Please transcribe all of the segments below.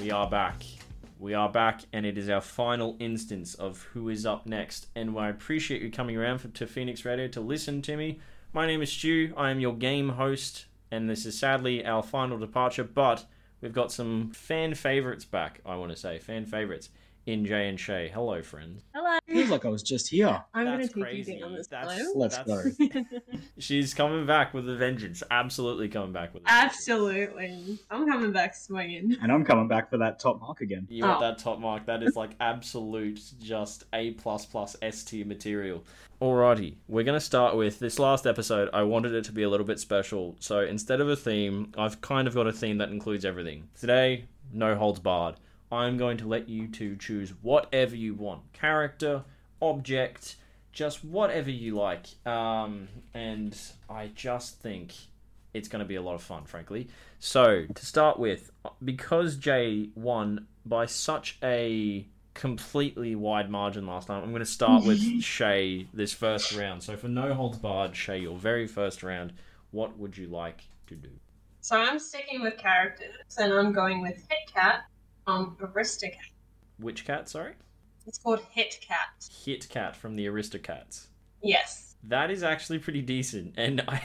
We are back. We are back, and it is our final instance of who is up next. And I appreciate you coming around for, to Phoenix Radio to listen to me. My name is Stu. I am your game host, and this is sadly our final departure. But we've got some fan favorites back. I want to say fan favorites in Jay and Shay. Hello, friends. Hello. Feels like I was just here. I'm going to That's take crazy. you down this That's- blow. Let's That's- go. She's coming back with a vengeance. Absolutely coming back with a vengeance. Absolutely. I'm coming back swinging. And I'm coming back for that top mark again. You want Oh. that top mark? That is like absolute just A plus plus ST material. Alrighty, we're gonna start with this last episode. I wanted it to be a little bit special, so instead of a theme, I've kind of got a theme that includes everything. Today, no holds barred. I'm going to let you two choose whatever you want: character, object, just whatever you like. Um, and I just think it's going to be a lot of fun, frankly. So, to start with, because Jay won by such a completely wide margin last time, I'm going to start with Shay this first round. So, for no holds barred, Shay, your very first round, what would you like to do? So I'm sticking with characters, and I'm going with Hit Cat from Aristocat. Which cat, sorry? It's called Hit Cat. Hit Cat from the Aristocats. Yes. That is actually pretty decent, and I.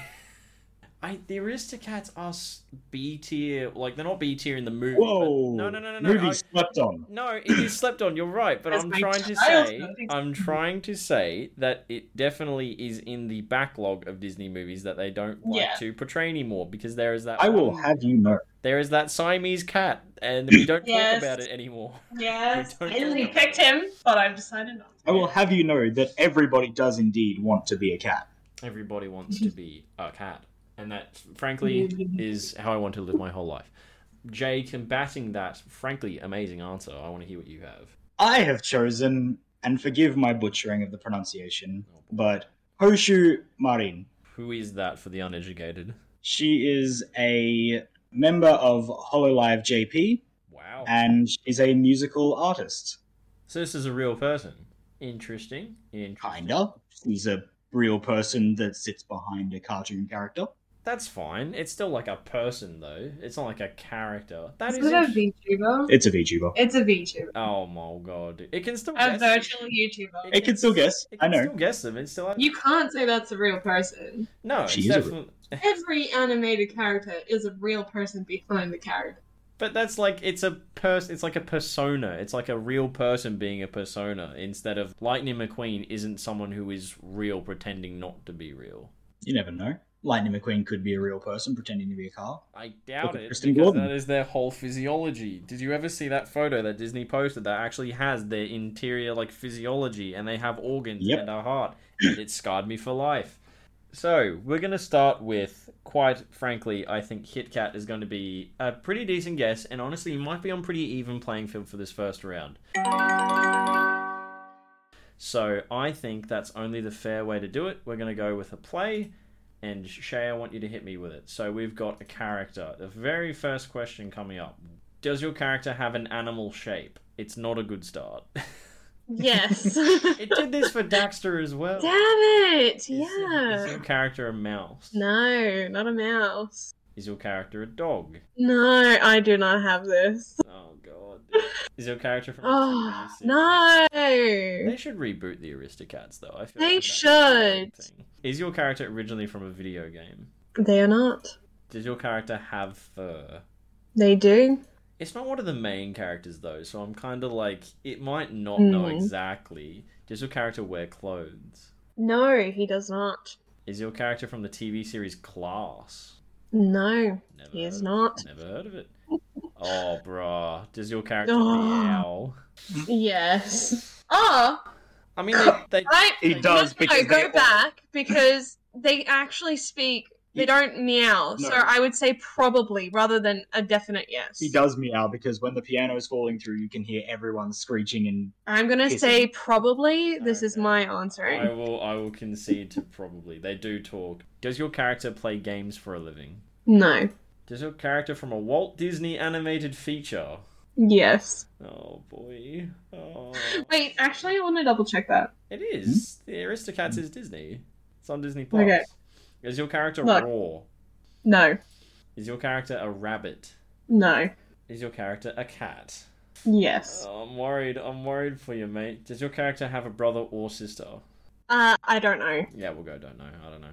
I, the Aristocats are s- B tier, like they're not B tier in the movie. but- Whoa! no, no, no, no, no. Movie I- slept on. No, it is slept on. You're right, but As I'm my trying to child say, noticed. I'm trying to say that it definitely is in the backlog of Disney movies that they don't like Yeah. to portray anymore because there is that. I will one- have you know. There is that Siamese cat, and we don't Yes. talk about it anymore. Yes. We I don't nearly talk about picked him, but I've decided not I will have you know that everybody does indeed want to be a cat. Everybody wants to be a cat, and that, frankly, is how I want to live my whole life. Jay, combating that, frankly, amazing answer. I want to hear what you have. I have chosen, and forgive my butchering of the pronunciation, but Hoshu Marin. Who is that for the uneducated? She is a member of Hololive JP Wow. and is a musical artist. So this is a real person. Interesting. Interesting. Kinda. She's a real person that sits behind a cartoon character. That's fine. It's still like a person though. It's not like a character. That is. Is it a int- VTuber? It's a VTuber. It's a VTuber. oh my god! It can still. A Guess. virtual YouTuber. It can still guess. It I can know. still guess them. It's still. You can't say that's a real person. no. She it's is a- definitely- Every animated character is a real person behind the character. But that's like it's a person. It's like a persona. It's like a real person being a persona instead of Lightning McQueen isn't someone who is real pretending not to be real. You never know. Lightning McQueen could be a real person pretending to be a car. I doubt Look at it Kristen because Gordon. that is their whole physiology. Did you ever see that photo that Disney posted that actually has their interior like physiology and they have organs Yep. and a heart? And it scarred me for life. So we're gonna start with quite frankly, I think Hit Kat is going to be a pretty decent guess, and honestly, you might be on pretty even playing field for this first round. So I think that's only the fair way to do it. We're going to go with a play, and Shay, I want you to hit me with it. So we've got a character. The very first question coming up Does your character have an animal shape? It's not a good start. Yes. it did this for Daxter as well. Damn it! Is- Is, Yeah. your character a mouse? No, not a mouse. Is your character a dog? No, I do not have this. Oh, God. Is your character from a Oh TV series? no! They should reboot the Aristocats, though. I feel They like that's a should. thing. Is your character originally from a video game? They are not. Does your character have fur? They do. It's not one of the main characters though, so I'm kind of like it might not Hmm. know exactly. Does your character wear clothes? No, he does not. Is your character from the TV series Class? No, Never. he heard is of it. not. Never heard of it. Oh, bruh. Does your character Oh. meow? Yes. Oh, I mean, they, they I. He No, does No, because go they all- back because they actually speak. They don't meow, No. so I would say probably rather than a definite yes. He does meow because when the piano is falling through, you can hear everyone screeching and I'm gonna Kissing. say probably. This is Okay. my answer. I will. I will concede to probably they do talk. Does your character play games for a living? No. Does your character from a Walt Disney animated feature? Yes. Oh boy. Oh. Wait, actually, I want to double check that. It is. The Aristocats is Disney. It's on Disney Plus. Okay. Is your character Look. raw? No, Is your character a rabbit? no, Is your character a cat? Yes. Oh, I'm worried. I'm worried for you, mate. Does your character have a brother or sister? Uh, I don't know. Yeah, we'll go. Don't know. I don't know.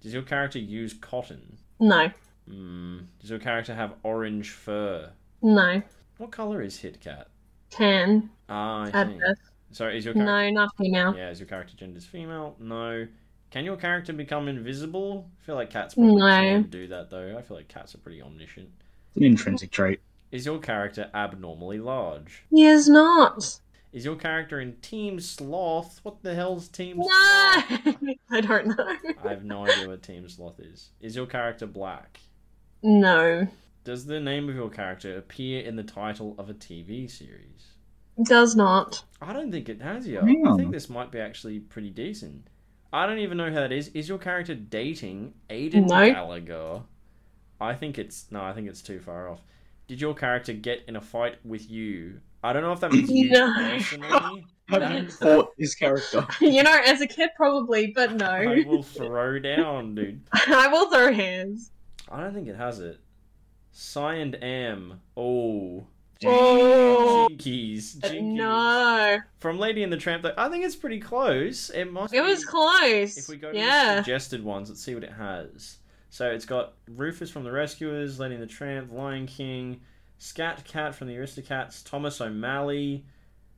Does your character use cotton? No. Mm. Does your character have orange fur? No. What color is Hit Cat? Tan. Ah, I see. Adverse. So is your character? No, not female. Yeah, is your character gender's female? No. Can your character become invisible? I feel like cats No. probably can do that though. I feel like cats are pretty omniscient. It's an intrinsic trait. Is your character abnormally large? He is not. Is your character in Team Sloth? What the hell's Team No. Sloth? I don't know. I have no idea what Team Sloth is. Is your character black? No. Does the name of your character appear in the title of a TV series? Does not. I don't think it has yet. Hang I on. think this might be actually pretty decent. I don't even know how that is. Is your character dating Aiden No. Gallagher? I think it's no. I think it's too far off. Did your character get in a fight with you? I don't know if that means you No. personally. Have you No. fought his character? You know, as a kid, probably, but no. I will throw down, dude. I will throw hands. I don't think it has it. Cy and Am. Oh. Oh. Jinkies. Jinkies. No. From Lady and the Tramp, though, I think it's pretty close. It must It was be- close. If we go to the yeah. suggested ones, let's see what it has. So it's got Rufus from The Rescuers, Lady and the Tramp, Lion King, Scat Cat from The Aristocats, Thomas O'Malley.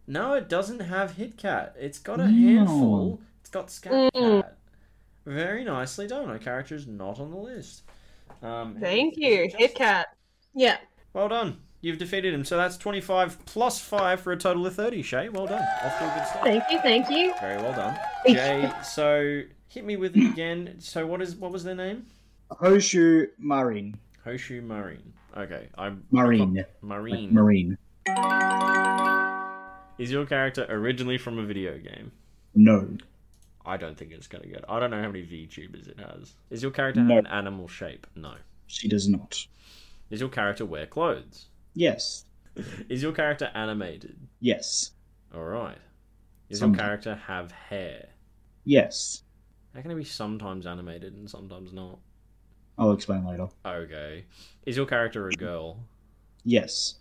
No, it doesn't have Hit Cat. It's got a No. handful. It's got Scat Mm. Cat. Very nicely done. My character is not on the list. Um, Thank is it you, just- Hit Cat. Yeah. Well done. You've defeated him. So that's 25 plus 5 for a total of 30, Shay. Well done. Off to a good start. Thank you. Thank you. Very well done. Jay, so hit me with it again. So what is what was their name? Hoshu Marine. Hoshu Marine. Okay, I'm Marine. Like Marine. Marine. Is your character originally from a video game? No. I don't think it's gonna get. I don't know how many VTubers it has. Is your character No. have an animal shape? No. She does not. Is your character wear clothes? Yes. Is your character animated? Yes. All right. Does Sometimes. your character have hair? Yes. How can it be sometimes animated and sometimes not? I'll explain later. Okay. Is your character a girl? Yes.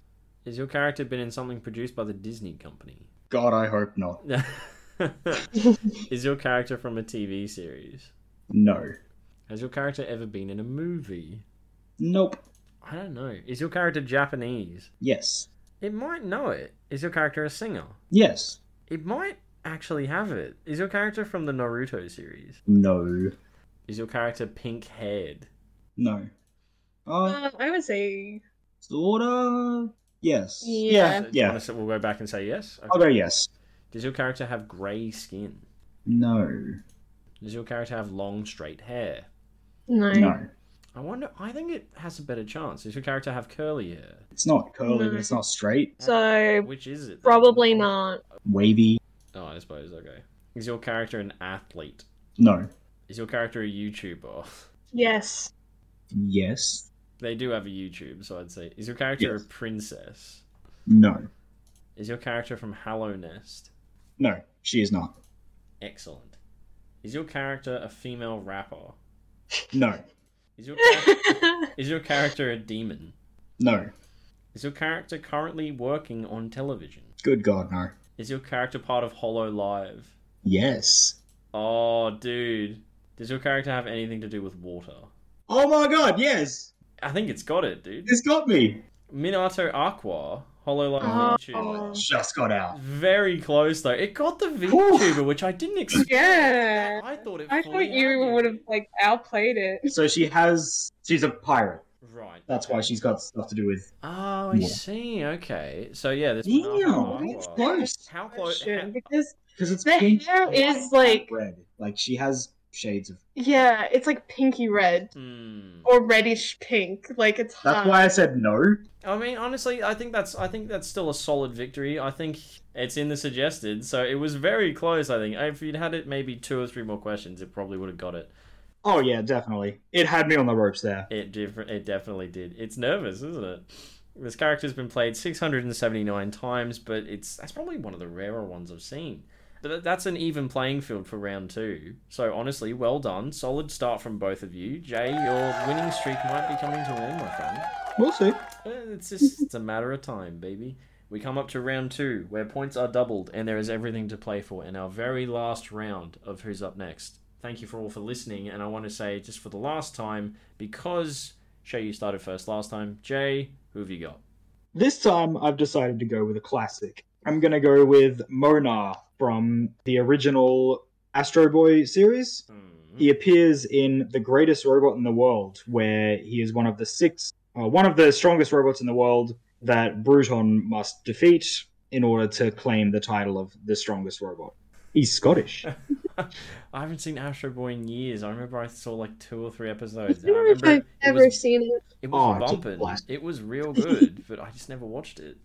Has your character been in something produced by the Disney company? God, I hope not. Is your character from a TV series? No. Has your character ever been in a movie? Nope. I don't know. Is your character Japanese? Yes. It might know it. Is your character a singer? Yes. It might actually have it. Is your character from the Naruto series? No. Is your character pink haired? No. Uh, Uh, I would say sorta. Yes. Yeah. Do you Yeah. Uh, wanna say- We'll go back and say yes. I'll go yes. Does your character have grey skin? No. Does your character have long, straight hair? no. No. I wonder. I think it has a better chance. Does your character have curly hair? It's not curly, No. but it's not straight. So Which is it? then? probably not. Wavy. Oh, I suppose. Okay. Is your character an athlete? No. Is your character a YouTuber? Yes. Yes. they do have a YouTube, so I'd say. Is your character Yes. a princess? No. Is your character from Hallow Nest? No. She is not. Excellent. Is your character a female rapper? No. Is your char- is your character a demon? No. Is your character currently working on television? Good God, no. Is your character part of Hollow Live? Yes. Oh, dude. Does your character have anything to do with water? Oh my God, yes. I think it's got it, dude. It's got me. Minato Aqua, Hollow Live Oh. YouTuber. Just got out. Very close though. It got the Whew. VTuber, which I didn't expect. Yeah. I thought it. I fully thought had you it. would have like outplayed it. So she has. She's a pirate. Right. That's why she's got stuff to do with. Oh, I Yeah. see. Okay. So yeah, this. Damn, Minato that's Aqua. close. How close? Question, because Because it's the pink. hair is like red. Like she has shades of. yeah, it's like pinky red Hmm. or reddish pink. Like it's That's hot. why I said no. I mean, honestly, I think that's I think that's still a solid victory. I think it's in the suggested, so it was very close. I think if you'd had it maybe two or three more questions, it probably would have got it. Oh yeah, definitely. It had me on the ropes there. It different. It definitely did. It's nervous, isn't it? This character's been played 679 times, but it's that's probably one of the rarer ones I've seen. But that- that's an even playing field for round two. So honestly, well done. Solid start from both of you. Jay, your winning streak might be coming to an end, my friend. We'll see. Eh, It's just it's a matter of time, baby. We come up to round two, where points are doubled and there is everything to play for in our very last round of Who's Up Next. Thank you for all for listening, and I want to say just for the last time, because Shay, you started first last time, Jay, who have you got? This time, I've decided to go with a classic. I'm gonna go with Mona from the original Astro Boy series. Mhm. He appears in The Greatest Robot in the World, where he is one of the six, uh, one of the strongest robots in the world that Bruton must defeat in order to claim the title of the strongest robot. He's Scottish. I haven't seen Astro Boy in years. I remember I saw like two or three I episodes. don't and I know if remember I've it ever was, seen it. it was Oh, it's a bumping. blast. It was real good, but I just never watched it.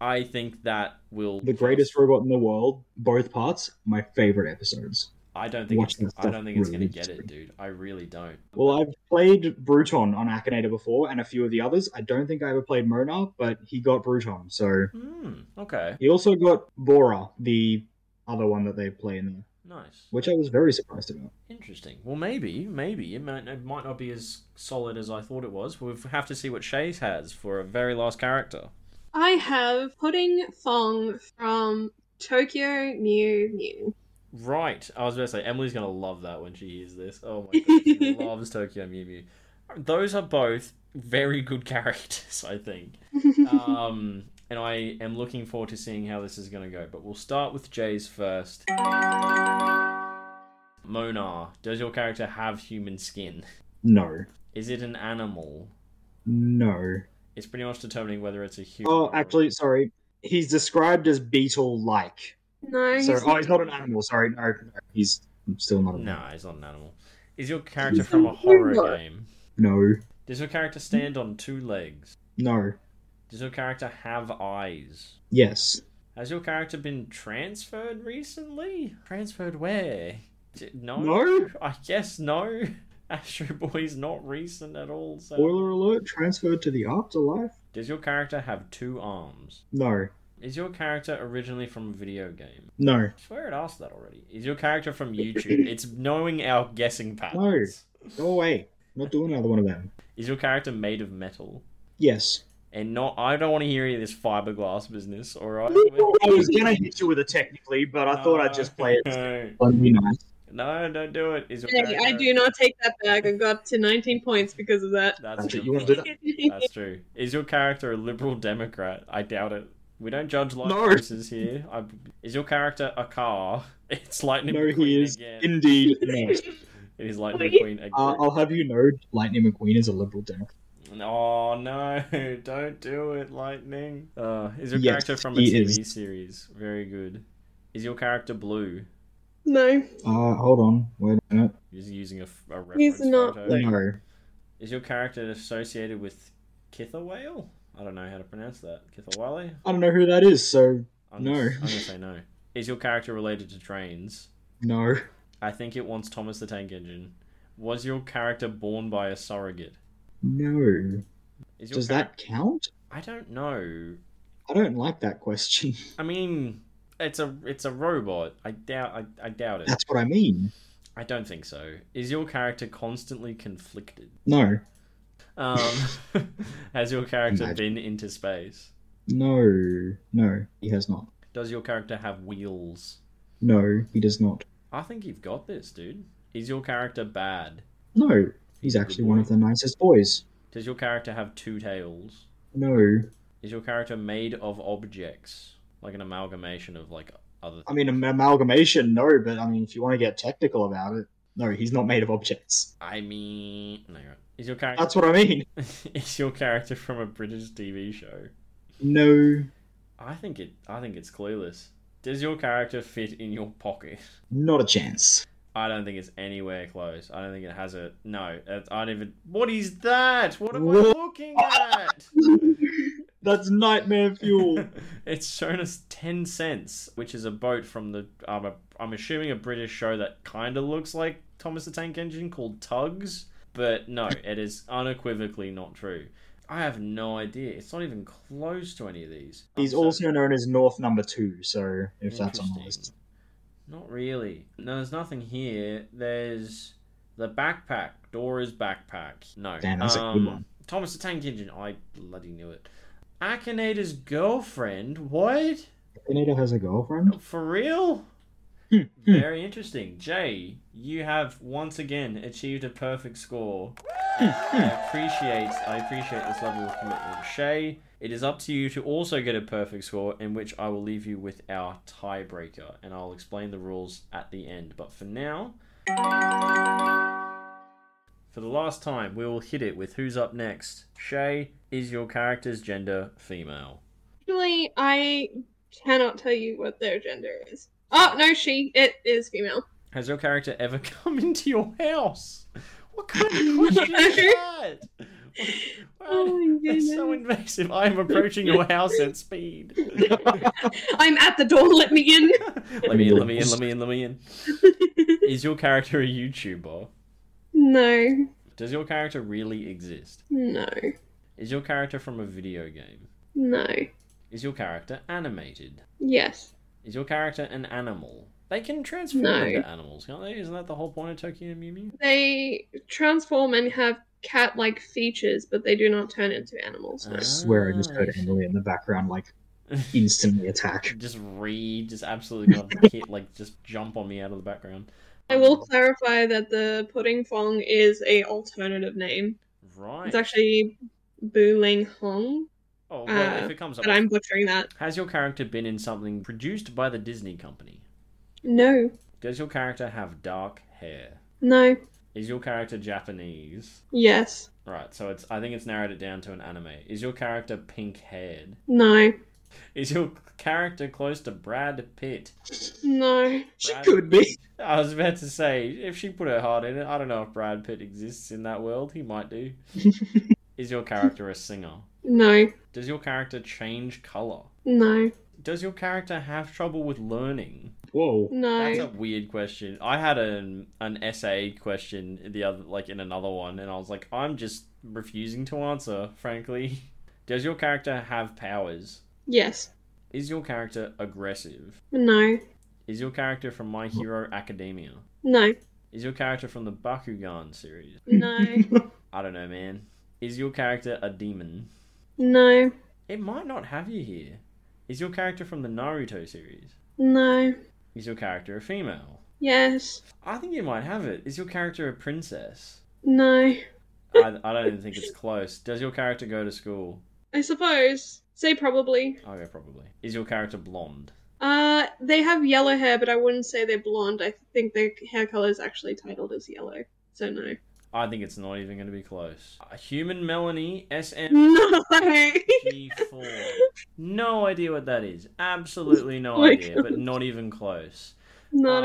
I think that will the Greatest Robot in the World, both parts, my favorite episodes. I don't think Watch it's, that I don't stuff think it's gonna really get it, soon. dude. I really don't. Well, I've played Bruton on Akinator before and a few of the others. I don't think I ever played Mona, but he got Bruton, so. Hmm. Okay. He also got Bora, the other one that they play in there, Nice. which I was very surprised about. Interesting. Well, maybe, maybe it might, it might not be as solid as I thought it was. We'll have to see what Shays has for a very last character. I have Pudding Fong from Tokyo New New. Right. I was about to say Emily's gonna love that when she hears this. Oh my god, she loves Tokyo Mew Mew. Those are both very good characters, I think. Mm-hmm. Uh, Um, and I am looking forward to seeing how this is gonna go. But we'll start with Jay's first. Monar, does your character have human skin? No, Is it an animal? no. It's pretty much determining whether it's a human. Oh, or- actually, sorry. He's described as beetle-like. no, So, he's oh, he's not an animal. Sorry, no, no he's still not. An No, animal. it's not an animal. Is your character He's a from a horror robot. game? No, Does your character stand on two legs? no. Does your character have eyes? Yes, Has your character been transferred recently? Transferred where? D- No. No? I guess no. Astro Boy's not recent at all. So. Spoiler alert: transferred to the afterlife. Does your character have two arms? No, Is your character originally from a video game? no, I swear it asked that already. Is your character from YouTube? it's knowing our guessing patterns. go away. Not doing another one of them. Is your character made of metal? Yes. And not, I don't want to hear any of this fiberglass business. All right. I was gonna hit you with it technically, but Ah, I thought I'd just play it. No. That'd be nice. No, don't do it. Is your Hey, I character- do not take that back. I got to 19 points because of that. That's That's a it, good you wanna point. do That's true. Is your character a liberal democrat? I doubt it. We don't judge life No. choices here. I, is your character a car? It's Lightning No, McQueen he is again. indeed not. It is Lightning Wait. McQueen again. Uh, I'll have you know, Lightning McQueen is a liberal Democrat. oh no! Don't do it, Lightning. Uh, is your Yes, character from a he TV is. series? Very good. Is your character blue? No, Uh, hold on, wait a minute. He's using a, a reference He's not photo. blue. No, Is your character associated with Kithawale? I don't know how to pronounce that. Kithawale? I don't know who that is. So I'm No. Gonna, I'm gonna say no. Is your character related to trains? no, I think it wants Thomas the Tank Engine. Was your character born by a surrogate? no. Is your Does charac- that count? I don't know. I don't like that question. I mean, it's a it's a robot. I doubt I, I doubt it. That's what I mean. I don't think so. Is your character constantly conflicted? No, Um, has your character Imagine. been into space? no, no. He has not. Does your character have wheels? No, he does not. I think you've got this, dude. Is your character bad? No, he's a good actually one boy. of the nicest boys. Does your character have two tails? No, Is your character made of objects? Like an amalgamation of like other I mean am- amalgamation. No, but I mean if you want to get technical about it, no, he's not made of objects. I mean no, you're right. Is your character That's what I mean. is your character from a British TV show? No, I think it I think it's clueless. Does your character fit in your pocket? not a chance. I don't think it's anywhere close. I don't think it has a no. that's- I don't even. What is that? What am I What? looking at? That's nightmare fuel. it's shown us ten cents, which is a boat from the um, a, I'm assuming a British show that kind of looks like Thomas the Tank Engine called Tugs, but no, it is unequivocally not true. I have no idea. It's not even close to any of these. he's I'm so- also known as North Number Two. So if that's on the Interesting. list, Not really. No, there's nothing here. There's the backpack. Dora's backpack. No. Damn, that's a good um, one. Thomas the Tank Engine. I bloody knew it. Akinator's girlfriend. What? Akinator has a girlfriend? For real? Hmm, hmm. Very interesting. Jay, you have once again achieved a perfect score. I appreciate I appreciate this level of commitment. Shay, it is up to you to also get a perfect score, in which I will leave you with our tiebreaker, and I'll explain the rules at the end. But for now, for the last time, we will hit it with who's up next. Shay, is your character's gender female? Actually, I cannot tell you what their gender is. Oh no, she it is female. Has your character ever come into your house? What kind of question is that? Oh Wow, my That's so goodness. invasive. I am approaching your house at speed. I'm at the door. Let me in. let me in, let me in, let me in, let me in. Is your character a YouTuber? no, Does your character really exist? no, Is your character from a video game? no. Is your character animated? Yes, Is your character an animal? They can transform No. into animals, can't they? Isn't that the whole point of Tokyo Mew Mew? they transform and have cat-like features, but they do not turn into animals. no. I swear I just heard Emily in the background, like, instantly attack. just read, just absolutely got the kid like just jump on me out of the background. I will clarify that the pudding fong is a alternative name. Right. It's actually Bu Ling Hong, Oh well, uh, if it comes up, but I'm butchering that. has your character been in something produced by the Disney company? No, Does your character have dark hair? no, Is your character Japanese? yes, Right, so it's I think it's narrowed it down to an anime. Is your character pink haired? no, Is your character close to Brad Pitt? no. She Brad- could be. I was about to say, if she put her heart in it, I don't know if Brad Pitt exists in that world. He might do. Is your character a singer? No, Does your character change color? no, Does your character have trouble with learning? Whoa. That's a no. weird question. I had an an essay question the other like in another one and I was like, I'm just refusing to answer, frankly. Does your character have powers? Yes, Is your character aggressive? no, Is your character from My Hero Academia? no, Is your character from the Bakugan series? no, I don't know, man. Is your character a demon? no, It might not have you here. Is your character from the Naruto series? no. Is your character a female? Yes, I think you might have it. Is your character a princess? no. I, I don't even think it's close. Does your character go to school? I suppose. Say probably. Okay, probably. Is your character blonde? Uh, they have yellow hair, but I wouldn't say they're blonde. I think their hair color is actually titled as yellow. So no. I think it's not even going to be close. A human Melanie SMG4. No. No idea what that is. Absolutely no Oh my idea, but God. not even close. Not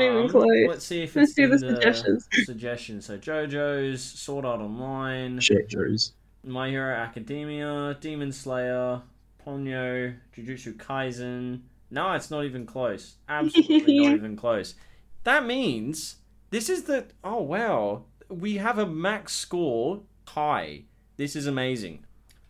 Um, even close. Let's see if Let's it's do in the suggestions. suggestions. So JoJo's, Sword Art Online, Shit, Joes. My Hero Academia, Demon Slayer, Ponyo, Jujutsu Kaisen. No, it's not even close. Absolutely not even close. That means this is the oh wow, we have a max score high. This is amazing.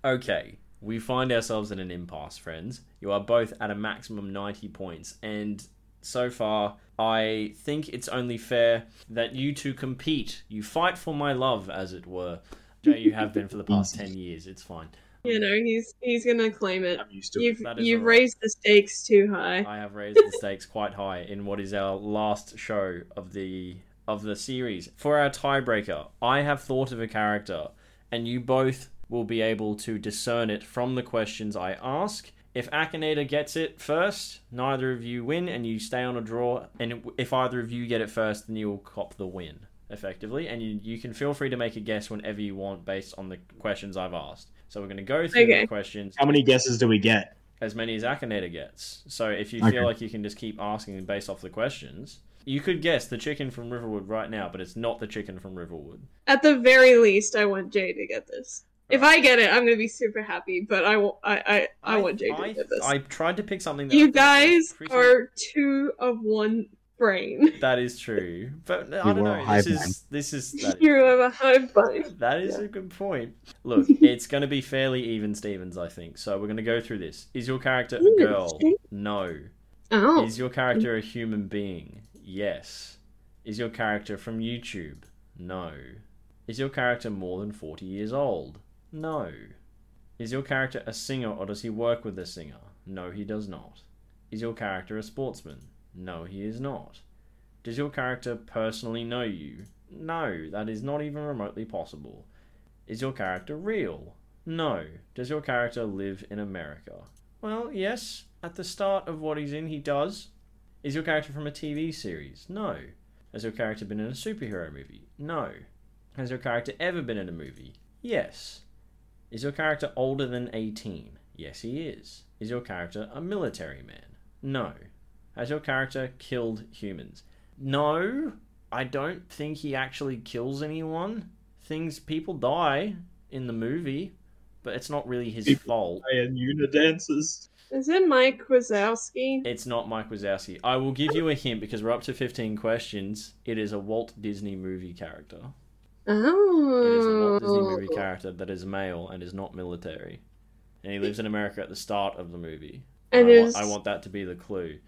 Okay, we find ourselves in an impasse, friends. You are both at a maximum 90 points and so far, I think it's only fair that you two compete. You fight for my love, as it were. Jay, you have been for the past 10 years. It's fine. You know, he's he's gonna claim it. I'm used You've That is you've alright. raised the stakes too high. I have raised the stakes quite high in what is our last show of the of the series. For our tiebreaker, I have thought of a character, and you both will be able to discern it from the questions I ask. If Akinator gets it first, neither of you win, and you stay on a draw. And if either of you get it first, then you will cop the win effectively. And you, you can feel free to make a guess whenever you want based on the questions I've asked. So we're going to go through Okay. the questions How many guesses do we get? as many as Akinator gets. So if you Okay. feel like you can just keep asking based off the questions, you could guess the chicken from Riverwood right now, but it's not the chicken from Riverwood. At the very least, I want Jay to get this. If I get it, I'm gonna be super happy. But I wa- I I, I, want Jay to I, get this. I tried to pick something. That I you thought was guys pretty- are two of one brain. That is true, but I You don't were a know. hive This is this is that you is, have a hive mind. that is a good point. Look, it's going to be fairly even, Stevens. I think so. We're going to go through this. Is your character Ooh, a girl? okay. No. Oh, Is your character a human being? Yes. Is your character from YouTube? No. Is your character more than 40 years old? No. Is your character a singer or does he work with a singer? No, he does not. Is your character a sportsman? No, he is not. Does your character personally know you? No, that is not even remotely possible. Is your character real? No. Does your character live in America? Well, yes. At the start of what he's in, he does. Is your character from a TV series? No. Has your character been in a superhero movie? No. Has your character ever been in a movie? Yes. Is your character older than 18? Yes, he is. Is your character a military man? No. Has your character killed humans? No. I don't think he actually kills anyone. Things, people die in the movie, but it's not really his People- fault. And unidances. Is it Mike Wazowski? It's not Mike Wazowski. I will give you a hint because we're up to 15 questions. It is a Walt Disney movie character. It is a Walt Disney movie Oh. character that is male and is not military. And he lives in America at the start of the movie. And I, is want, I want that to be the clue.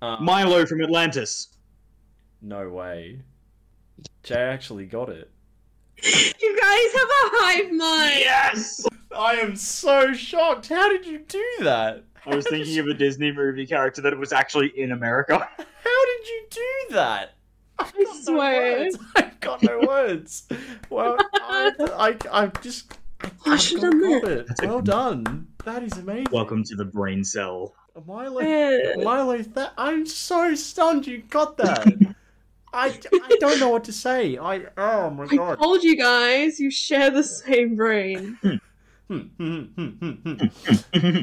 Um, Milo from Atlantis. No way. Jay actually got it. you guys have a hive mind. Yes! I am so shocked. How did you do that? I was thinking of a Disney movie character that was actually in America. How did you do that? I've got no swear. words. I've got no words. Well, I, I, I'm just. I should I've have done got that. it. Well done. That is amazing. Welcome to the brain cell. Milo. Yeah. Milo, that I'm so stunned you got that. I, I don't know what to say. I oh my I god. told you guys you share the same brain. Hmm, hmm, hmm, hmm, hmm.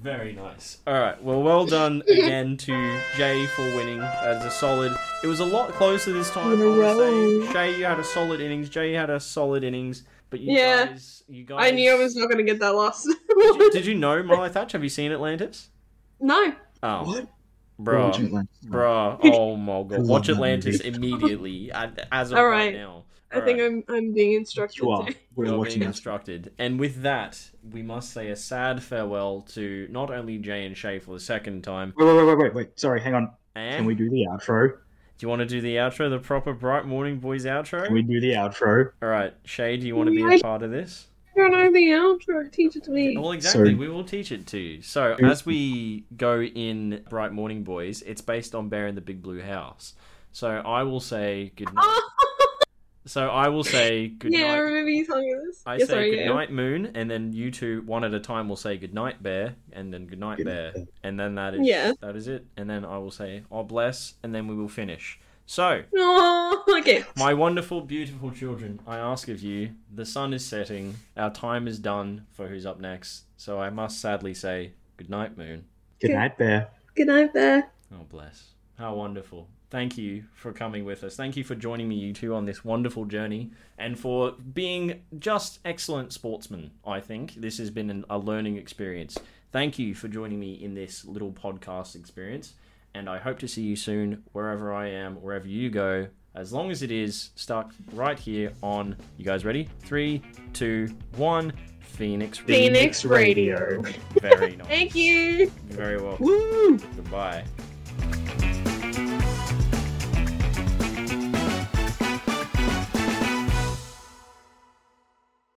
Very nice. All right. Well, well done again to Jay for winning as a solid. It was a lot closer this time. In I a would row. say Shay, you had a solid innings. Jay had a solid innings, but you Yeah. guys, you guys. I knew I was not gonna get that last. Did you, did you know Marla Thatch? Have you seen Atlantis? no. Oh, What? bruh, bruh. Oh my god! Watch that Atlantis movie. immediately. and- As of All right. right. now, I think I'm I'm being instructed. You are. to- We're You're being watching that. instructed. And with that, we must say a sad farewell to not only Jay and Shay for the second time. Wait, wait, wait, wait, wait, wait. Sorry, hang on. And Can we do the outro? Do you want to do the outro, the proper Bright Morning Boys outro? Can we do the outro? All right, Shay, do you want to be a Yeah. part of this? I don't know the outro. Teach it to me. Well, exactly. So- we will teach it to you. So, as we go in Bright Morning Boys, it's based on Bear in the Big Blue House. So, I will say good night. Oh, So, I will say good yeah, I night. remember you telling me this. I yeah, say sorry, good yeah. night, Moon, and then you two, one at a time, will say good night, Bear, and then good night, Good night, Bear, Bear. and then that is Yeah. that is it. And then I will say, "Oh bless," and then we will finish. So, Oh, okay. My wonderful, beautiful children, I ask of you, the sun is setting, our time is done for who's up next, so I must sadly say, good night, moon. Good Okay. night, Bear. Good night, Bear. Oh, bless. How wonderful. Thank you for coming with us. Thank you for joining me, you two, on this wonderful journey and for being just excellent sportsmen, I think. This has been an, a learning experience. Thank you for joining me in this little podcast experience. And I hope to see you soon, wherever I am, wherever you go, as long as it is stuck right here on. You guys ready? Three, two, one. Phoenix. Phoenix Next radio. Very nice. Thank you. You're very welcome. Woo! Goodbye.